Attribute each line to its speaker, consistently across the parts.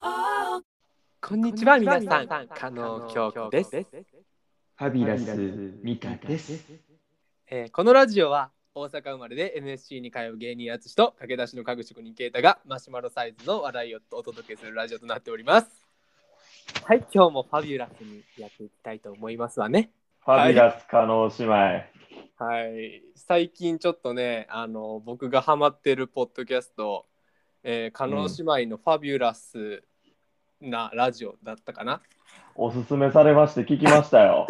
Speaker 1: こんにちは皆さん、加納京子です、
Speaker 2: ファビュラスミカです。
Speaker 1: えーこのラジオは大阪生まれで NSC に通う芸人淳と駆け出しの家具職人啓太がマシュマロサイズの話題をお届けするラジオとなっております。はい、今日もファビュラスにやっていきたいと思いますわね。
Speaker 2: ファビュラス加納姉妹。
Speaker 1: はい、最近ちょっとね、あの僕がハマってるポッドキャスト、えー、加納姉妹のファビュラスなラジオだったかな、
Speaker 2: おすすめされまして聞きましたよ。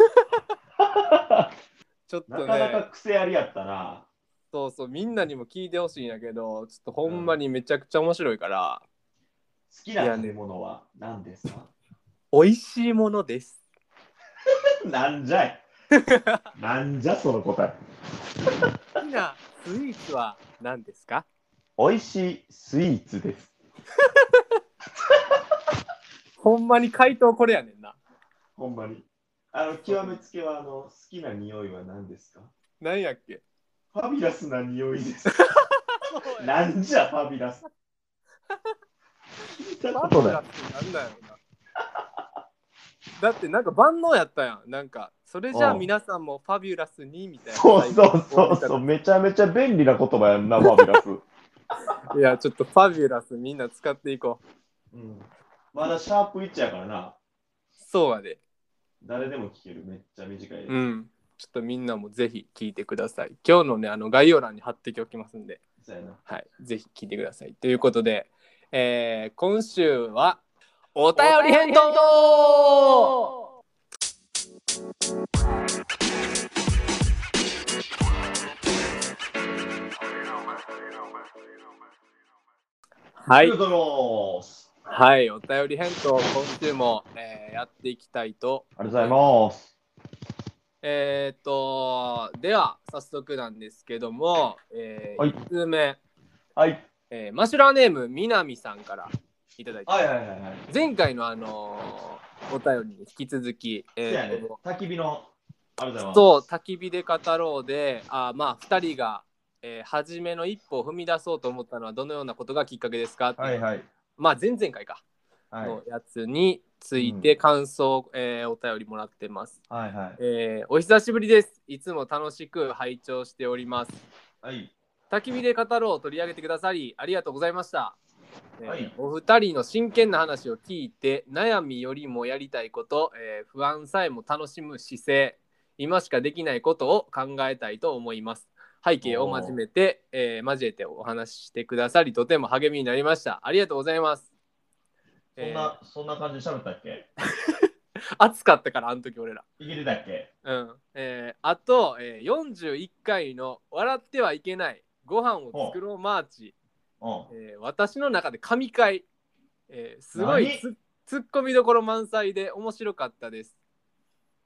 Speaker 1: ちょっと
Speaker 2: な
Speaker 1: ね、
Speaker 2: かなか癖ありやったな。
Speaker 1: そうそう、みんなにも聞いてほしいんやけど、ちょっとほんまにめちゃくちゃ面白いから、
Speaker 2: 好きな食べ物は何ですか
Speaker 1: 美味しいものです。
Speaker 2: なんじゃ い。なんじゃその答
Speaker 1: 好きなスイーツは何ですか
Speaker 2: え。美味しいスイーツです。
Speaker 1: ほんまに回答これやねんな。
Speaker 2: ほんまに。あの極めつけはあの好きな匂いは何ですか
Speaker 1: 何やっけ
Speaker 2: ファビュラスな匂い です。なんじゃファビュ ラス。聞いたことない。
Speaker 1: なんだよな。だってなんか万能やったやん。なんか、それじゃあ皆さんもファビュラスにみたいな。
Speaker 2: そうそうそうそう、めちゃめちゃ便利な言葉やんな、ファビュラス。
Speaker 1: う。いや、ちょっとファビュラスみんな使っていこう。
Speaker 2: うん、まだシャープ1やからな、
Speaker 1: そうやで。
Speaker 2: 誰でも聞ける、めっちゃ短いです。
Speaker 1: うん。ちょっとみんなもぜひ聞いてください。今日のね、あの概要欄に貼っておきますんで。
Speaker 2: そうやな
Speaker 1: はい、ぜひ聞いてください。ということで、えー今週はお便り返答は
Speaker 2: はいい、、あ
Speaker 1: はい、お便り返答、今週も、えーやっていきたいと。
Speaker 2: りがとうございます。
Speaker 1: えー、と、では、早速なんですけども、えー
Speaker 2: はい
Speaker 1: 1通目、
Speaker 2: はい、
Speaker 1: えーマシュラーネーム、みなみさんからいただいてます、
Speaker 2: はいはいはいはい。
Speaker 1: 前回のあのーお便りに引き続き、
Speaker 2: そうや
Speaker 1: え
Speaker 2: ね
Speaker 1: ー、
Speaker 2: 焚き火の、ありがとうございます。
Speaker 1: そう焚き火で語ろうであーまあ2人が、えー初めの一歩を踏み出そうと思ったのはどのようなことがきっかけですかっていう、
Speaker 2: はいはい。
Speaker 1: まあ前々回か、
Speaker 2: はい
Speaker 1: のやつについて感想、えーお便りもらってます、
Speaker 2: はいはい。
Speaker 1: えーお久しぶりですいつも楽しく拝聴しております
Speaker 2: はい、
Speaker 1: 焚き火で語ろうを取り上げてくださりありがとうございました、えー
Speaker 2: はい
Speaker 1: お二人の真剣な話を聞いて悩みよりもやりたいこと、えー不安さえも楽しむ姿勢今しかできないことを考えたいと思います背景を交めて、えー交えてお話ししてくださりとても励みになりましたありがとうございます、
Speaker 2: そんな、そんな感じで喋ったっけ
Speaker 1: えー暑かったからあの時俺ら
Speaker 2: いけてたっけ
Speaker 1: うんえーあと、えー41回の「笑ってはいけないご飯を作ろうマーチ」
Speaker 2: うん。
Speaker 1: えー私の中で神回、えーすごい
Speaker 2: 何
Speaker 1: ツッツッコミどころ満載で面白かったです、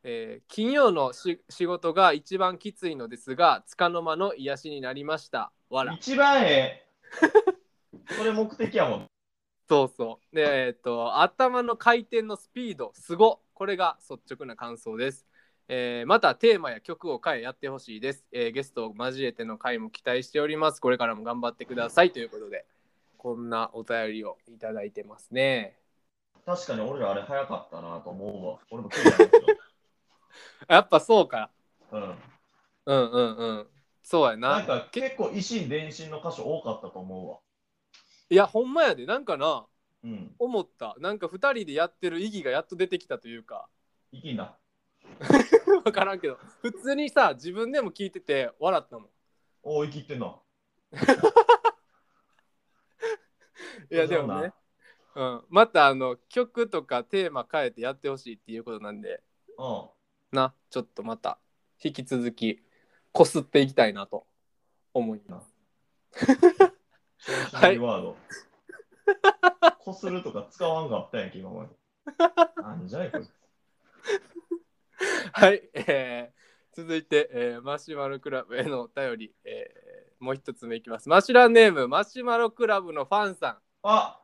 Speaker 1: えー金曜のし仕事が一番きついのですがつかの間の癒しになりましたわら
Speaker 2: 一番ええ。それ目的やもん。
Speaker 1: そうそうでえっと頭の回転のスピードすごこれが率直な感想ですえーまたテーマや曲を変えやってほしいです、えーゲストを交えての回も期待しておりますこれからも頑張ってくださいということでこんなお便りをいただいてますね
Speaker 2: 確かに俺らあれ早かったなと思うわ。俺も聞いたんですよ。
Speaker 1: やっぱそうか。
Speaker 2: うん。
Speaker 1: うんうんうん。そうや
Speaker 2: なん
Speaker 1: な。
Speaker 2: か結構維新伝心の箇所多かったと思うわ。
Speaker 1: いや、ほんまやで。なんかな、
Speaker 2: うん。
Speaker 1: 思った。なんか2人でやってる意義がやっと出てきたというか、
Speaker 2: いきな。
Speaker 1: わからんけど、普通にさ、自分でも聞いてて笑ったもん。
Speaker 2: おお、生きてんな。
Speaker 1: いや、でもね。うん、またあの曲とかテーマ変えてやってほしいっていうことなんで
Speaker 2: うん。
Speaker 1: なちょっとまた引き続きこすっていきたいなと思います
Speaker 2: 調子乗りワード。こするとか使わんかったやんけ、今まで。なんじゃいこれ。
Speaker 1: はい、えー続いて、えーマシュマロクラブへのお便り、えもう一つ目いきます。マシュラネーム、マシュマロクラブのファンさ
Speaker 2: あ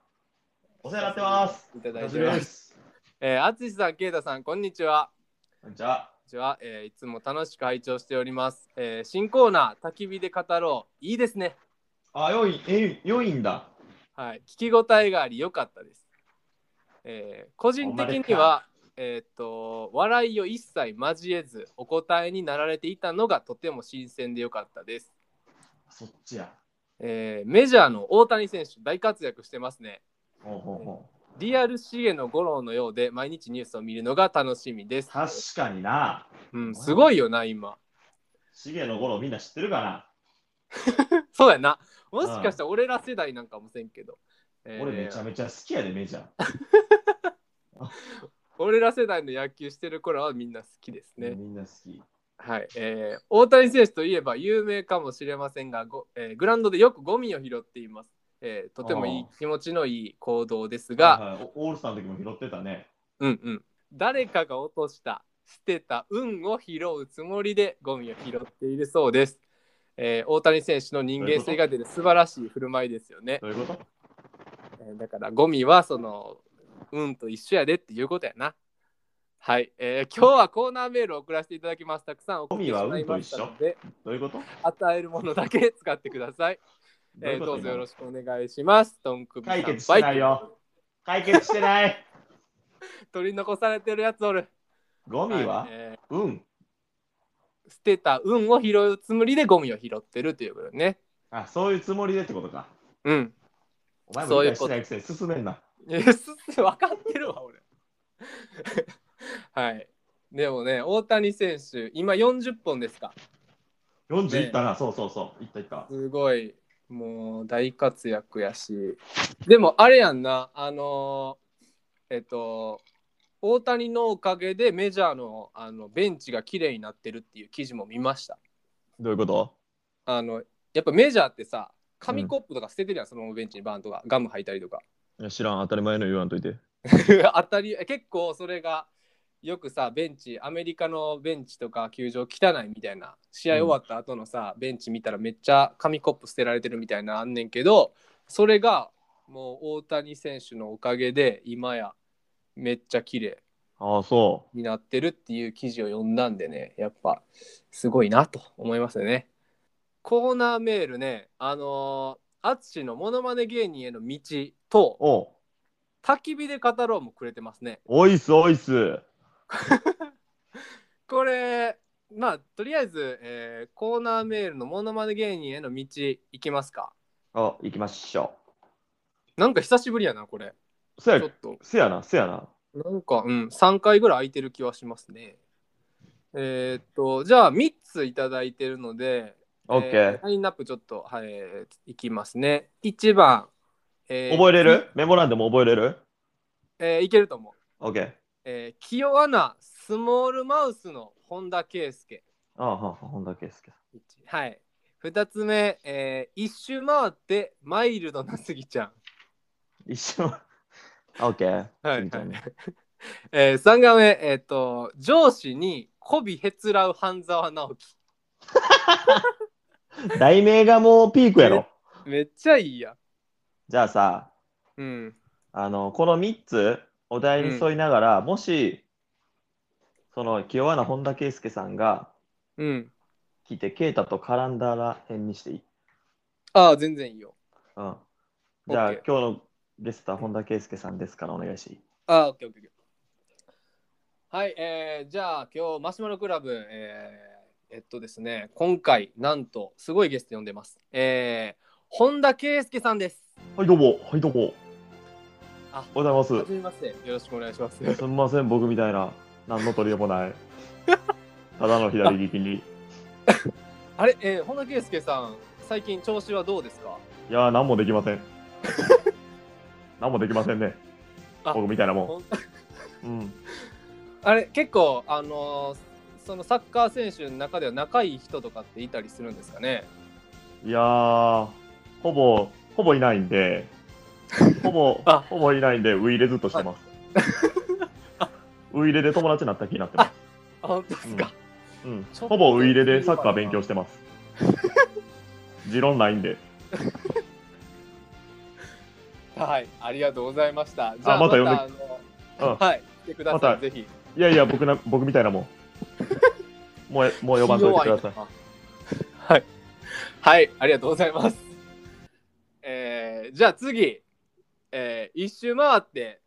Speaker 2: お世話になってます。
Speaker 1: ん。いただい
Speaker 2: は
Speaker 1: て
Speaker 2: じめ
Speaker 1: ま。
Speaker 2: ですす。
Speaker 1: えー、あつしさん、けいたさん、こんにちは。
Speaker 2: こんにちは。
Speaker 1: こんにちは、えーいつも楽しく拝聴しております。えー新コーナー、焚き火で語ろう。いいですね。
Speaker 2: あ、よい、え、よいんだ。
Speaker 1: はい、聞き応えがあり良かったです。えー個人的には、えーっと笑いを一切交えずお答えになられていたのがとても新鮮で良かったです、
Speaker 2: そっちや。
Speaker 1: えーメジャーの大谷選手大活躍してますね。
Speaker 2: ほうほうほう。
Speaker 1: リアルシゲの五郎のようで毎日ニュースを見るのが楽しみです。
Speaker 2: 確かにな。
Speaker 1: うん、すごいよな、今。
Speaker 2: しげの頃みんな知ってるかな。
Speaker 1: そうやな。もしかしたら俺ら世代なんかもせんけど。えー
Speaker 2: 俺めちゃめちゃ好きやで、メジャー。
Speaker 1: 俺ら世代の野球してる頃はみんな好きですね。
Speaker 2: みんな好き。
Speaker 1: はい、えー大谷選手といえば有名かもしれませんが、ごえーグラウンドでよくゴミを拾っています。えーとてもいい
Speaker 2: あ
Speaker 1: 気持ちのいい行動ですが、
Speaker 2: はいはいおオールスターの時も拾ってたね。
Speaker 1: うんうん、誰かが落とした、捨てた運を拾うつもりでゴミを拾っているそうです。えー大谷選手の人間性が出る素晴らしい振る舞いですよね。
Speaker 2: どういうこと
Speaker 1: えーだからゴミはその運と一緒やでっていうことやな。はい、えー今日はコーナーメールを送らせていただきます。たくさん送ってしまいましたので。
Speaker 2: どういうこと
Speaker 1: 与えるものだけ使ってください。
Speaker 2: どうい
Speaker 1: えー
Speaker 2: うこ
Speaker 1: ど
Speaker 2: と
Speaker 1: うぞよろしくお願いします。トンクビさん
Speaker 2: 解決してないよ。解決してない。
Speaker 1: 取り残されてるやつおる。
Speaker 2: ゴミは
Speaker 1: はい、え
Speaker 2: うん。
Speaker 1: ー捨てた運を拾うつもりでゴミを拾ってるということね。
Speaker 2: あ、そういうつもりでってことか。
Speaker 1: うん。
Speaker 2: お前
Speaker 1: そ
Speaker 2: も
Speaker 1: うい
Speaker 2: 理
Speaker 1: う
Speaker 2: 解
Speaker 1: こと
Speaker 2: してないくせに進めんな。
Speaker 1: え分かって るわ、俺。はい。でもね、大谷選手、今40本ですか。
Speaker 2: 40いったな、そうそうそう。いったいった。
Speaker 1: すごい、もう大活躍やし。でも、あれやんな、あのーえっと、大谷のおかげでメジャーのあのベンチが綺麗になってるっていう記事も見ました。
Speaker 2: どういうこと
Speaker 1: あのやっぱメジャーってさ、紙コップとか捨ててるやん、そのベンチにバーンとか、ガム履いたりとか。
Speaker 2: いや知らん、当たり前の言わんといて。
Speaker 1: 当たり結構それがよくさベンチアメリカのベンチとか球場汚いみたいな試合終わった後のさ、ベンチ見たらめっちゃ紙コップ捨てられてるみたいなのあんねんけどそれがもう大谷選手のおかげで今やめっちゃ綺麗
Speaker 2: ああ、そ
Speaker 1: になってるっていう記事を読んだんでねやっぱすごいなと思いますよね。コーナーメールねあの淳、のモノマネ芸人への道
Speaker 2: う。
Speaker 1: と
Speaker 2: おう
Speaker 1: 焚き火で語ろうもくれてますね。
Speaker 2: おいっす、おいっす。
Speaker 1: これまあとりあえず、えーコーナーメールのモノマネ芸人への道いきますか
Speaker 2: あ、行きましょ
Speaker 1: なんか久しぶりやなこれ
Speaker 2: う。せ
Speaker 1: ち
Speaker 2: や
Speaker 1: ょっ、と
Speaker 2: せやな、せやな。
Speaker 1: なんかうん3回ぐらい空いてる気はしますねえーっとじゃあ3ついただいてるので
Speaker 2: オッケ
Speaker 1: え
Speaker 2: ー
Speaker 1: ー。ラインナップちょっと、はい、えーいきますね1番、えー
Speaker 2: 覚えれるメモ欄でも覚えれる
Speaker 1: えーいけると思う、
Speaker 2: オッケー。
Speaker 1: えー、清和なスモールマウスの本田圭佑
Speaker 2: ああ、はあ、本田圭佑。
Speaker 1: 一はい。二つ目、えー一周回ってマイルドなすぎちゃん。
Speaker 2: 一緒。オッケー。
Speaker 1: はい
Speaker 2: みたな
Speaker 1: えー、三画目、えっ、と、上司に媚びへつらう半沢直樹。
Speaker 2: 題名がもうピークやろ。
Speaker 1: めっちゃいいやん。
Speaker 2: じゃあさ、
Speaker 1: うん。
Speaker 2: あの、この3つ、お題に沿いながら、もし、その、清和な本田圭佑さんが
Speaker 1: うん。
Speaker 2: 来て、啓太と絡んだら辺にしていい。
Speaker 1: ああ、全然いいよ。
Speaker 2: うん。じゃあ、
Speaker 1: オッケ
Speaker 2: 今
Speaker 1: ー
Speaker 2: 日のゲストは本田圭佑さんですから、お願いしていい。
Speaker 1: ああ、オッケーオッケーオッケー。はい、えー、じゃあ今日マシュマロクラブ、えー、えっとですね、今回なんとすごいゲスト呼んでます。えー、本田圭佑さんです。
Speaker 2: はい、どうも。はい、どうも。
Speaker 1: あ
Speaker 2: おはようござい
Speaker 1: は
Speaker 2: ま
Speaker 1: じめまして。よろしくお願いします。
Speaker 2: す。すみません、僕みたいな、何の取り柄もない。ただの左利きに。い
Speaker 1: あれ、えー、本田圭佑さん、最近調子はどうですか
Speaker 2: やー、何もできませ ん。何もできませんね。
Speaker 1: あ
Speaker 2: 僕みたいなも
Speaker 1: ほん
Speaker 2: ん。うん。
Speaker 1: あれ、結構、あのーそのサッカー選手の中では仲いい人とかっていたりするんですかね
Speaker 2: いやー、ほぼ、ほぼいないん で、ほぼ
Speaker 1: あ、
Speaker 2: ほぼいないんで、ウイイレずっとしてます。ウイイレで友達になった気になってま
Speaker 1: あ、本当ですか、
Speaker 2: す。うん、
Speaker 1: ちょっと
Speaker 2: ほぼウイイレでサッカー勉強してます。持論ないんで。
Speaker 1: はい、ありがとうございました。じゃあ、
Speaker 2: ま
Speaker 1: ま
Speaker 2: た
Speaker 1: た
Speaker 2: 呼んで
Speaker 1: あの、
Speaker 2: うん
Speaker 1: はい、来てくだ
Speaker 2: ま
Speaker 1: さい、
Speaker 2: た
Speaker 1: ぜひ。
Speaker 2: いやいや、僕な僕みた いなもん。もうもう呼ばんといてください。
Speaker 1: 弱な はい、はい、ありがとうございます。えー、じゃあ次、えー、一周回って、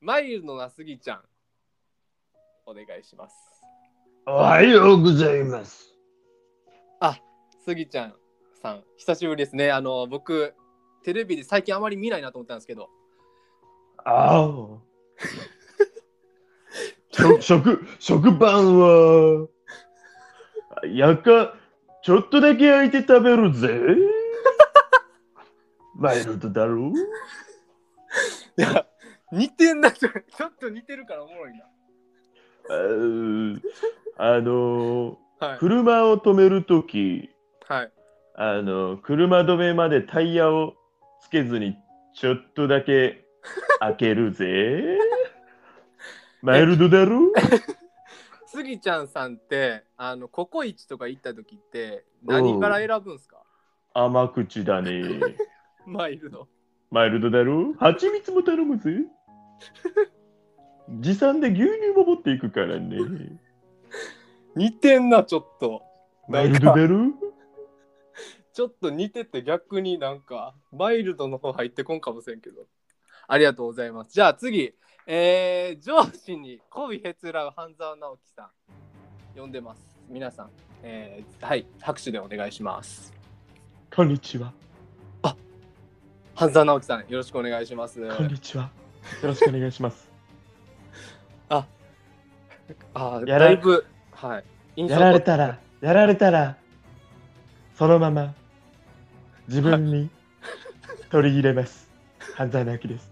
Speaker 1: マイルドなすぎちゃん、お願いします。
Speaker 2: おはようございます。
Speaker 1: あ、すぎちゃんさん、久しぶりですね。あの、僕、テレビで最近あまり見ないなと思ったんですけど、
Speaker 2: ああ。食、食、食パンは、やか、ちょっとだけ焼いて食べるぜ。マイルドだろ
Speaker 1: いや、似てんな、ちょちょっと似てるからおもろいな。
Speaker 2: あーあの
Speaker 1: はい
Speaker 2: ー、。車を止めるとき、
Speaker 1: はい、
Speaker 2: あのー、車止めまでタイヤをつけずに、ちょっとだけ開けるぜ。マイルドだろ
Speaker 1: スギちゃんさんってあのココイチとか行った時って何から選ぶんすか
Speaker 2: 甘口だね。
Speaker 1: マイルド
Speaker 2: マイルドだろ蜂蜜も頼む ぜ。持参で牛乳も持っていくから ね。
Speaker 1: 似てんなちょっと
Speaker 2: マイルドだろ
Speaker 1: ちょっと似てて逆になんかマイルドの方入ってこんかもしれんけどありがとうございますじゃあ次えー、上司に媚びへつらう半沢直樹さん呼んでます皆さん、えー、はい拍手でお願いします
Speaker 2: こんにちは。
Speaker 1: 半沢直樹さんよろしくお願いします
Speaker 2: こんにちは。よろしくお願いします。
Speaker 1: あー
Speaker 2: やら
Speaker 1: だいぶはい印
Speaker 2: やられ
Speaker 1: 残
Speaker 2: たら、やられたら、そのまま自分 に取り入れます。犯罪なきです。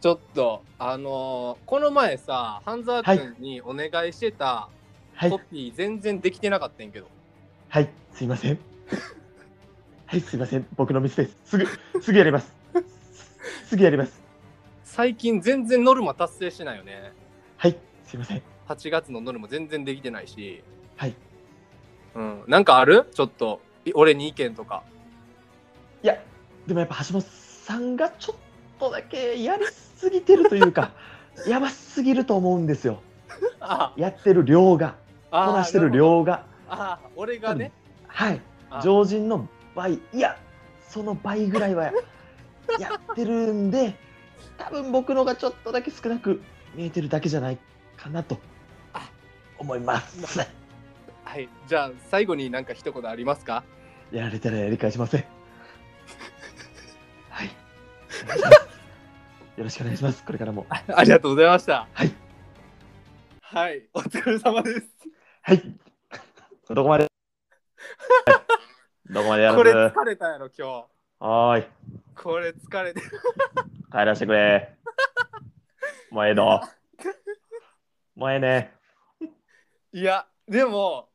Speaker 1: ちょっとあのーこの前さ半沢君にお願いしてた
Speaker 2: はい
Speaker 1: コ、ピー全然できてなかったんやけど、
Speaker 2: はい、すいません。はい、すいません。僕のミスです。すぐ、すぐやります。すぐやります。
Speaker 1: 最近全然ノルマ達成してないよね
Speaker 2: はい、すいません。
Speaker 1: 8月のノルマ全然できてないし
Speaker 2: はい
Speaker 1: うんなんかあるちょっとい俺に意見とか
Speaker 2: いや、でもやっぱ橋本さんがちょっとだけやりすぎてるとい うか、やばすぎると思うんですよ。
Speaker 1: あ
Speaker 2: やってる量が、こ
Speaker 1: あ
Speaker 2: なしてる量が。
Speaker 1: ああ俺がね
Speaker 2: はい、
Speaker 1: あ
Speaker 2: 常人の倍、いや、その倍ぐ らいはやってるんで、多分僕のがちょっとだけ少なく見えてるだけじゃないかなと
Speaker 1: あ
Speaker 2: 思います。
Speaker 1: はいじゃあ最後になんか一言ありますか
Speaker 2: やられたらやり返しません。はい。よろしくお願いします。これからも。
Speaker 1: あありがとうございました
Speaker 2: はい
Speaker 1: はいお疲れ様です
Speaker 2: はい。どこまで どこまでや
Speaker 1: これ
Speaker 2: る
Speaker 1: 疲れたやろ今
Speaker 2: おーい、
Speaker 1: 日これ疲れて
Speaker 2: 帰らせてくれ。もうええど。もうええね。
Speaker 1: いやでも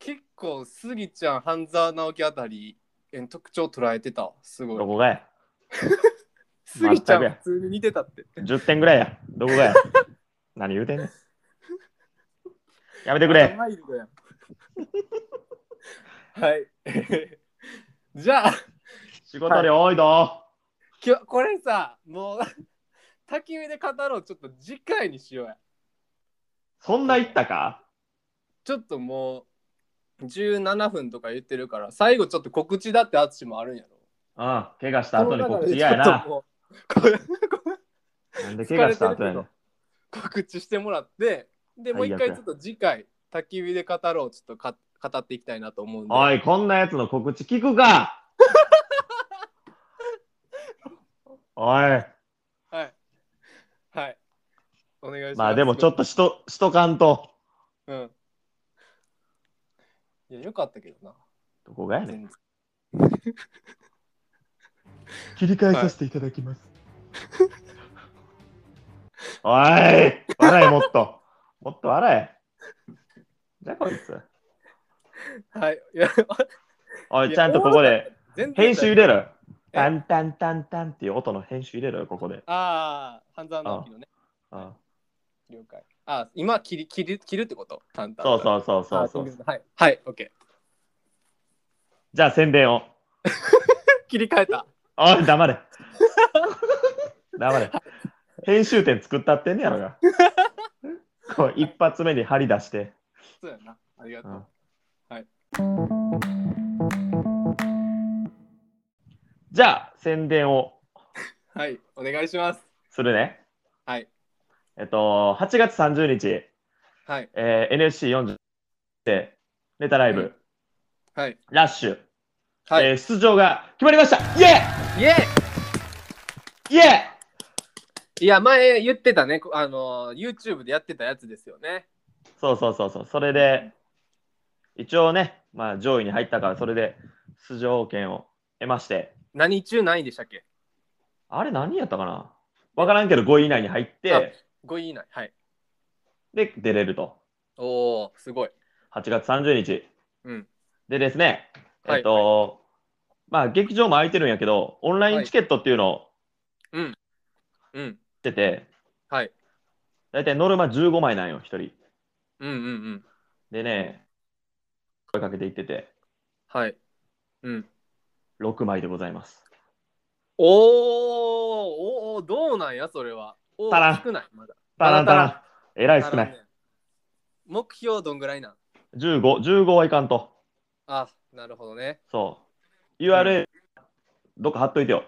Speaker 1: 結構スギちゃん半沢直樹あたりえん特徴捉えてたすご
Speaker 2: ど
Speaker 1: い
Speaker 2: こがや
Speaker 1: スギちゃん
Speaker 2: 全くや
Speaker 1: 普通に似てたって
Speaker 2: ?10 点ぐらいや。どこがや何言うてんねん。やめてく
Speaker 1: あ
Speaker 2: れ。
Speaker 1: マイルドやんはい えーじゃあ
Speaker 2: 仕事量多いど。
Speaker 1: 今日これさもう 焚き火で語ろうちょっと次回にしようや
Speaker 2: そんな言ったか
Speaker 1: ちょっともう17分とか言ってるから最後ちょっと告知だって淳もあるんやろ
Speaker 2: うん、怪我した後に告知
Speaker 1: この
Speaker 2: 嫌や
Speaker 1: 中でちょっと
Speaker 2: な。
Speaker 1: もう これ
Speaker 2: なんで怪我した後やねん。
Speaker 1: 告知してもらってでもう一
Speaker 2: 最
Speaker 1: 回
Speaker 2: 悪や
Speaker 1: ちょっと次回焚き火で語ろうちょっとか語っていきたいなと思うんで
Speaker 2: おい、こんなやつの告知聞 くかおい。
Speaker 1: はい、はい、お願いします
Speaker 2: まあでもちょっとしとしとかんと。
Speaker 1: うんいやよかったけどな
Speaker 2: どこがやねん。
Speaker 1: 全然
Speaker 2: 切り替
Speaker 1: えさせ
Speaker 2: ていただきます。おい笑えもっともっと笑えじゃあこいつ。
Speaker 1: はいいや
Speaker 2: お
Speaker 1: い
Speaker 2: い、
Speaker 1: や
Speaker 2: ちゃんとここで
Speaker 1: 全然
Speaker 2: 編集入れろ。
Speaker 1: え
Speaker 2: タンタンタンタンっていう音の編集入れろよ、ここで。
Speaker 1: ああ半沢直樹のね
Speaker 2: うん
Speaker 1: 了解ああ今切り切り切るってこと簡単
Speaker 2: そうそうそうそうそう。
Speaker 1: うはいはい OK
Speaker 2: じゃあ宣伝を。
Speaker 1: 切り替えた。
Speaker 2: おい、黙れ。黙れ。編集点作ったってんねや ろが。こう一発目に張り出して。
Speaker 1: そうやな。ありがとう。
Speaker 2: うん
Speaker 1: はい。
Speaker 2: じゃあ宣伝を
Speaker 1: はい。お願いします。
Speaker 2: するね。
Speaker 1: はい。
Speaker 2: えっと、8月30日、
Speaker 1: はい。
Speaker 2: えー、NSC40 でネタライブ、
Speaker 1: うんはい。
Speaker 2: ラッシュ、
Speaker 1: はい。
Speaker 2: えー出場が決まりましたイエ
Speaker 1: イエ
Speaker 2: ーイイエー
Speaker 1: ーいや、前言ってたね。こあのー、YouTube でやってたやつですよね。
Speaker 2: そうそうそうそう。それで、一応ね、まあ上位に入ったから、それで出場権を得まして、
Speaker 1: 何中何位でしたっけ
Speaker 2: あれ何やったかなわからんけど5位以内に入って、
Speaker 1: ?5 位以内。はい。
Speaker 2: で、出れると。
Speaker 1: おー、すごい。
Speaker 2: 8月30日。
Speaker 1: うん。
Speaker 2: でですね、
Speaker 1: はい
Speaker 2: えっと、まあ劇場も空いてるんやけど、オンラインチケットっていうのを
Speaker 1: うん。
Speaker 2: してて、
Speaker 1: はい。
Speaker 2: だいたいノルマ15枚なんよ、1人。
Speaker 1: うんうんうん。
Speaker 2: でね、声かけていってて、
Speaker 1: はい。うん。
Speaker 2: 6枚でございます。
Speaker 1: おーおーおーどうなんや、それは。おー
Speaker 2: 足らん
Speaker 1: 少ない、まだ。
Speaker 2: たらんたらん。えらい
Speaker 1: 足
Speaker 2: 少
Speaker 1: ら
Speaker 2: なんい。
Speaker 1: ね目標どんぐらいなん
Speaker 2: 15、15はいかんと。
Speaker 1: あ、なるほどね。
Speaker 2: そう。URL、どっか貼っといてよ。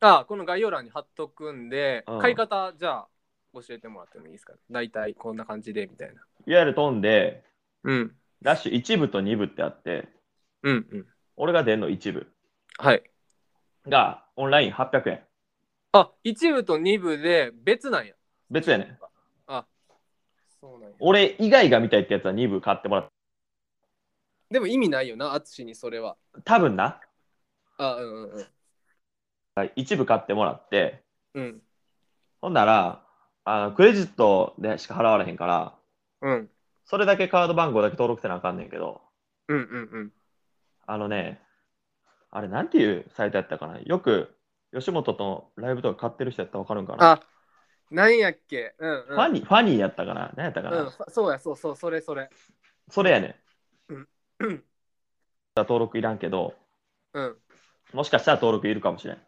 Speaker 1: あ、この概要欄に貼っとくんで、
Speaker 2: うん
Speaker 1: 買い方、じゃあ、教えてもらってもいいですか、ね、大体こんな感じで、みたいな。
Speaker 2: URL 飛んで、
Speaker 1: うん。
Speaker 2: ラッシュ1部と2部ってあって、
Speaker 1: うんうん。
Speaker 2: 俺が出んの1部
Speaker 1: はい。
Speaker 2: がオンライン800円。
Speaker 1: あ、一部と二部で別なんや。
Speaker 2: 別やねん。
Speaker 1: そうなんや。
Speaker 2: 俺以外が見たいってやつは2部買ってもらっ
Speaker 1: でも意味ないよな、淳にそれは。
Speaker 2: た。多分な。
Speaker 1: あ、うんうんうん。
Speaker 2: 1部買ってもらって、
Speaker 1: うん。
Speaker 2: ほんなら、あのクレジットでしか払われへんから、
Speaker 1: うん。
Speaker 2: それだけカード番号だけ登録せなあかんねんけど、
Speaker 1: うんうんうん。
Speaker 2: あのね、あれなんていうサイトやったかなよく吉本とのライブとか買ってる人やったらわかるんかな
Speaker 1: あ、なんやっけ。うん、うん。
Speaker 2: ファニー、ファニーやったかな何やったかな、
Speaker 1: うん、そうや、そうそう、それそれ。
Speaker 2: それやね
Speaker 1: うんん。
Speaker 2: 登録いらんけど、
Speaker 1: うん。
Speaker 2: もしかしたら登録いるかもしれん。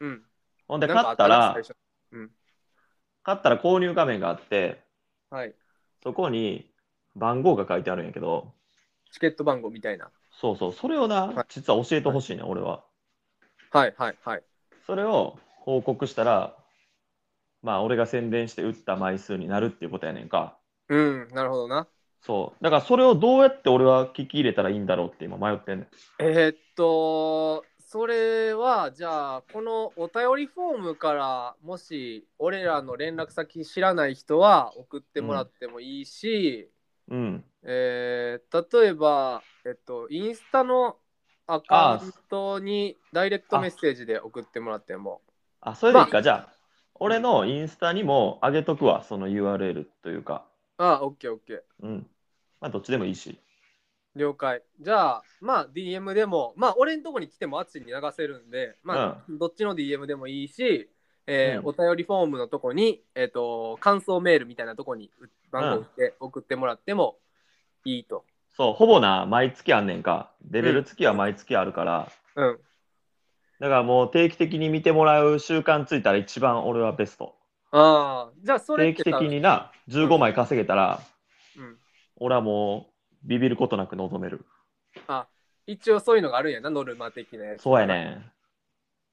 Speaker 1: うん。
Speaker 2: ほんで、
Speaker 1: なん
Speaker 2: 買
Speaker 1: かあ
Speaker 2: ったら
Speaker 1: 最、初
Speaker 2: 買ったら購入画面があって、
Speaker 1: はい。
Speaker 2: そこに番号が書いてあるんやけど、
Speaker 1: チケット番号みたいな。
Speaker 2: そうそう、それを
Speaker 1: は、
Speaker 2: ない実は教えてほしいね、俺は。
Speaker 1: はいはいはい。
Speaker 2: それを報告したら、まあ、俺が宣伝して打った枚数になるっていうことやねんか。
Speaker 1: うん、なるほどな。
Speaker 2: そう。だから、それをどうやって俺は聞き入れたらいいんだろうって今迷ってんねん。
Speaker 1: えーっと、それは、じゃあ、このお便りフォームから、もし、俺らの連絡先知らない人は送ってもらってもいいし、
Speaker 2: うん。
Speaker 1: えー例えば、えっと、インスタのアカウントにダイレクトメッセージで送ってもらっても。
Speaker 2: あ、それでいいか。
Speaker 1: まあ
Speaker 2: じゃあ、俺のインスタにも上げとくわ、その URL というか。
Speaker 1: ああ、オッケーオッケー。
Speaker 2: うん。まあ、どっちでもいいし。
Speaker 1: 了解。じゃあ、まあ DM でも、まあ俺のとこに来ても淳に流せるんで、まあ、どっちの DM でもいいし、えー
Speaker 2: うん
Speaker 1: お便りフォームのとこに、えっ、と、感想メールみたいなとこにう番号打って送ってもらってもいいと。
Speaker 2: そう、ほぼな、毎月あんねんか。出れる月は毎月あるから。
Speaker 1: うん。
Speaker 2: だからもう定期的に見てもらう習慣ついたら一番俺はベスト。
Speaker 1: ああ、じゃあそれ
Speaker 2: 定
Speaker 1: っ
Speaker 2: 期
Speaker 1: て
Speaker 2: 的
Speaker 1: さ
Speaker 2: にな、15枚稼げたら、
Speaker 1: うん、
Speaker 2: 俺はもうビビることなく望める。
Speaker 1: 一応そういうのがあるんやな、ノルマ的なやつ
Speaker 2: そうや。ね。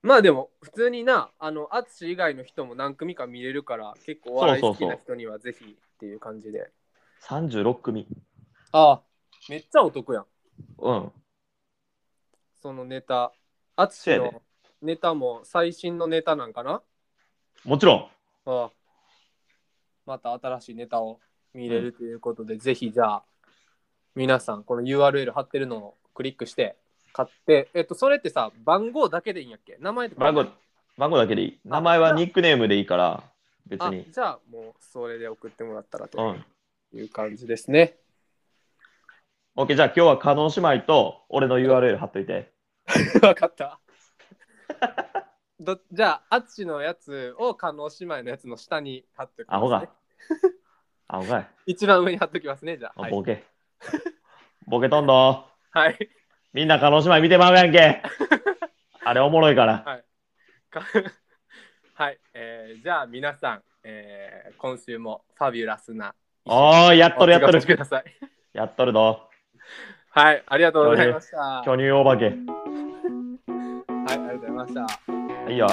Speaker 1: まあでも、普通にな、あの、淳以外の人も何組か見れるから、結構お笑い好きな人にはぜひっていう感じで。
Speaker 2: 36組。
Speaker 1: ああ、めっちゃお得やん。
Speaker 2: うん。
Speaker 1: そのネタ。淳のネタも最新のネタなんかな
Speaker 2: もちろん。
Speaker 1: ああまた新しいネタを見れるということで、ぜひじゃあ、皆さん、この URL 貼ってるのをクリックして、買って、えっと、それってさ、番号だけでいいんやっけ名前とか。
Speaker 2: 番号、番号だけでいい。名前はニックネームでいいから、別
Speaker 1: あ
Speaker 2: に。
Speaker 1: じゃあ、もうそれで送ってもらったら
Speaker 2: う
Speaker 1: と
Speaker 2: ん。
Speaker 1: いう感じですね。
Speaker 2: OK、じゃあ今日は加納姉妹と俺の URL 貼っといて。
Speaker 1: わかった。どじゃあ、淳のやつを加納姉妹のやつの下に貼っておき
Speaker 2: アホ
Speaker 1: ます、ね
Speaker 2: が。。アホがい。
Speaker 1: 一番上に貼っておきますね、じゃあ。
Speaker 2: あ
Speaker 1: はい
Speaker 2: ボケ。ボケとんど。
Speaker 1: はい。
Speaker 2: みんな、叶姉妹見てまうやんけ。 あれおもろいから。
Speaker 1: か はい、えーじゃあ皆さん、えー今週もファビュラスな
Speaker 2: おー、やっとるやっと
Speaker 1: お過ごしく
Speaker 2: る。
Speaker 1: ださい
Speaker 2: やっとるぞ。
Speaker 1: はいありがとうございましたはい
Speaker 2: 巨乳お化け。
Speaker 1: ありがとうございました
Speaker 2: いいよ。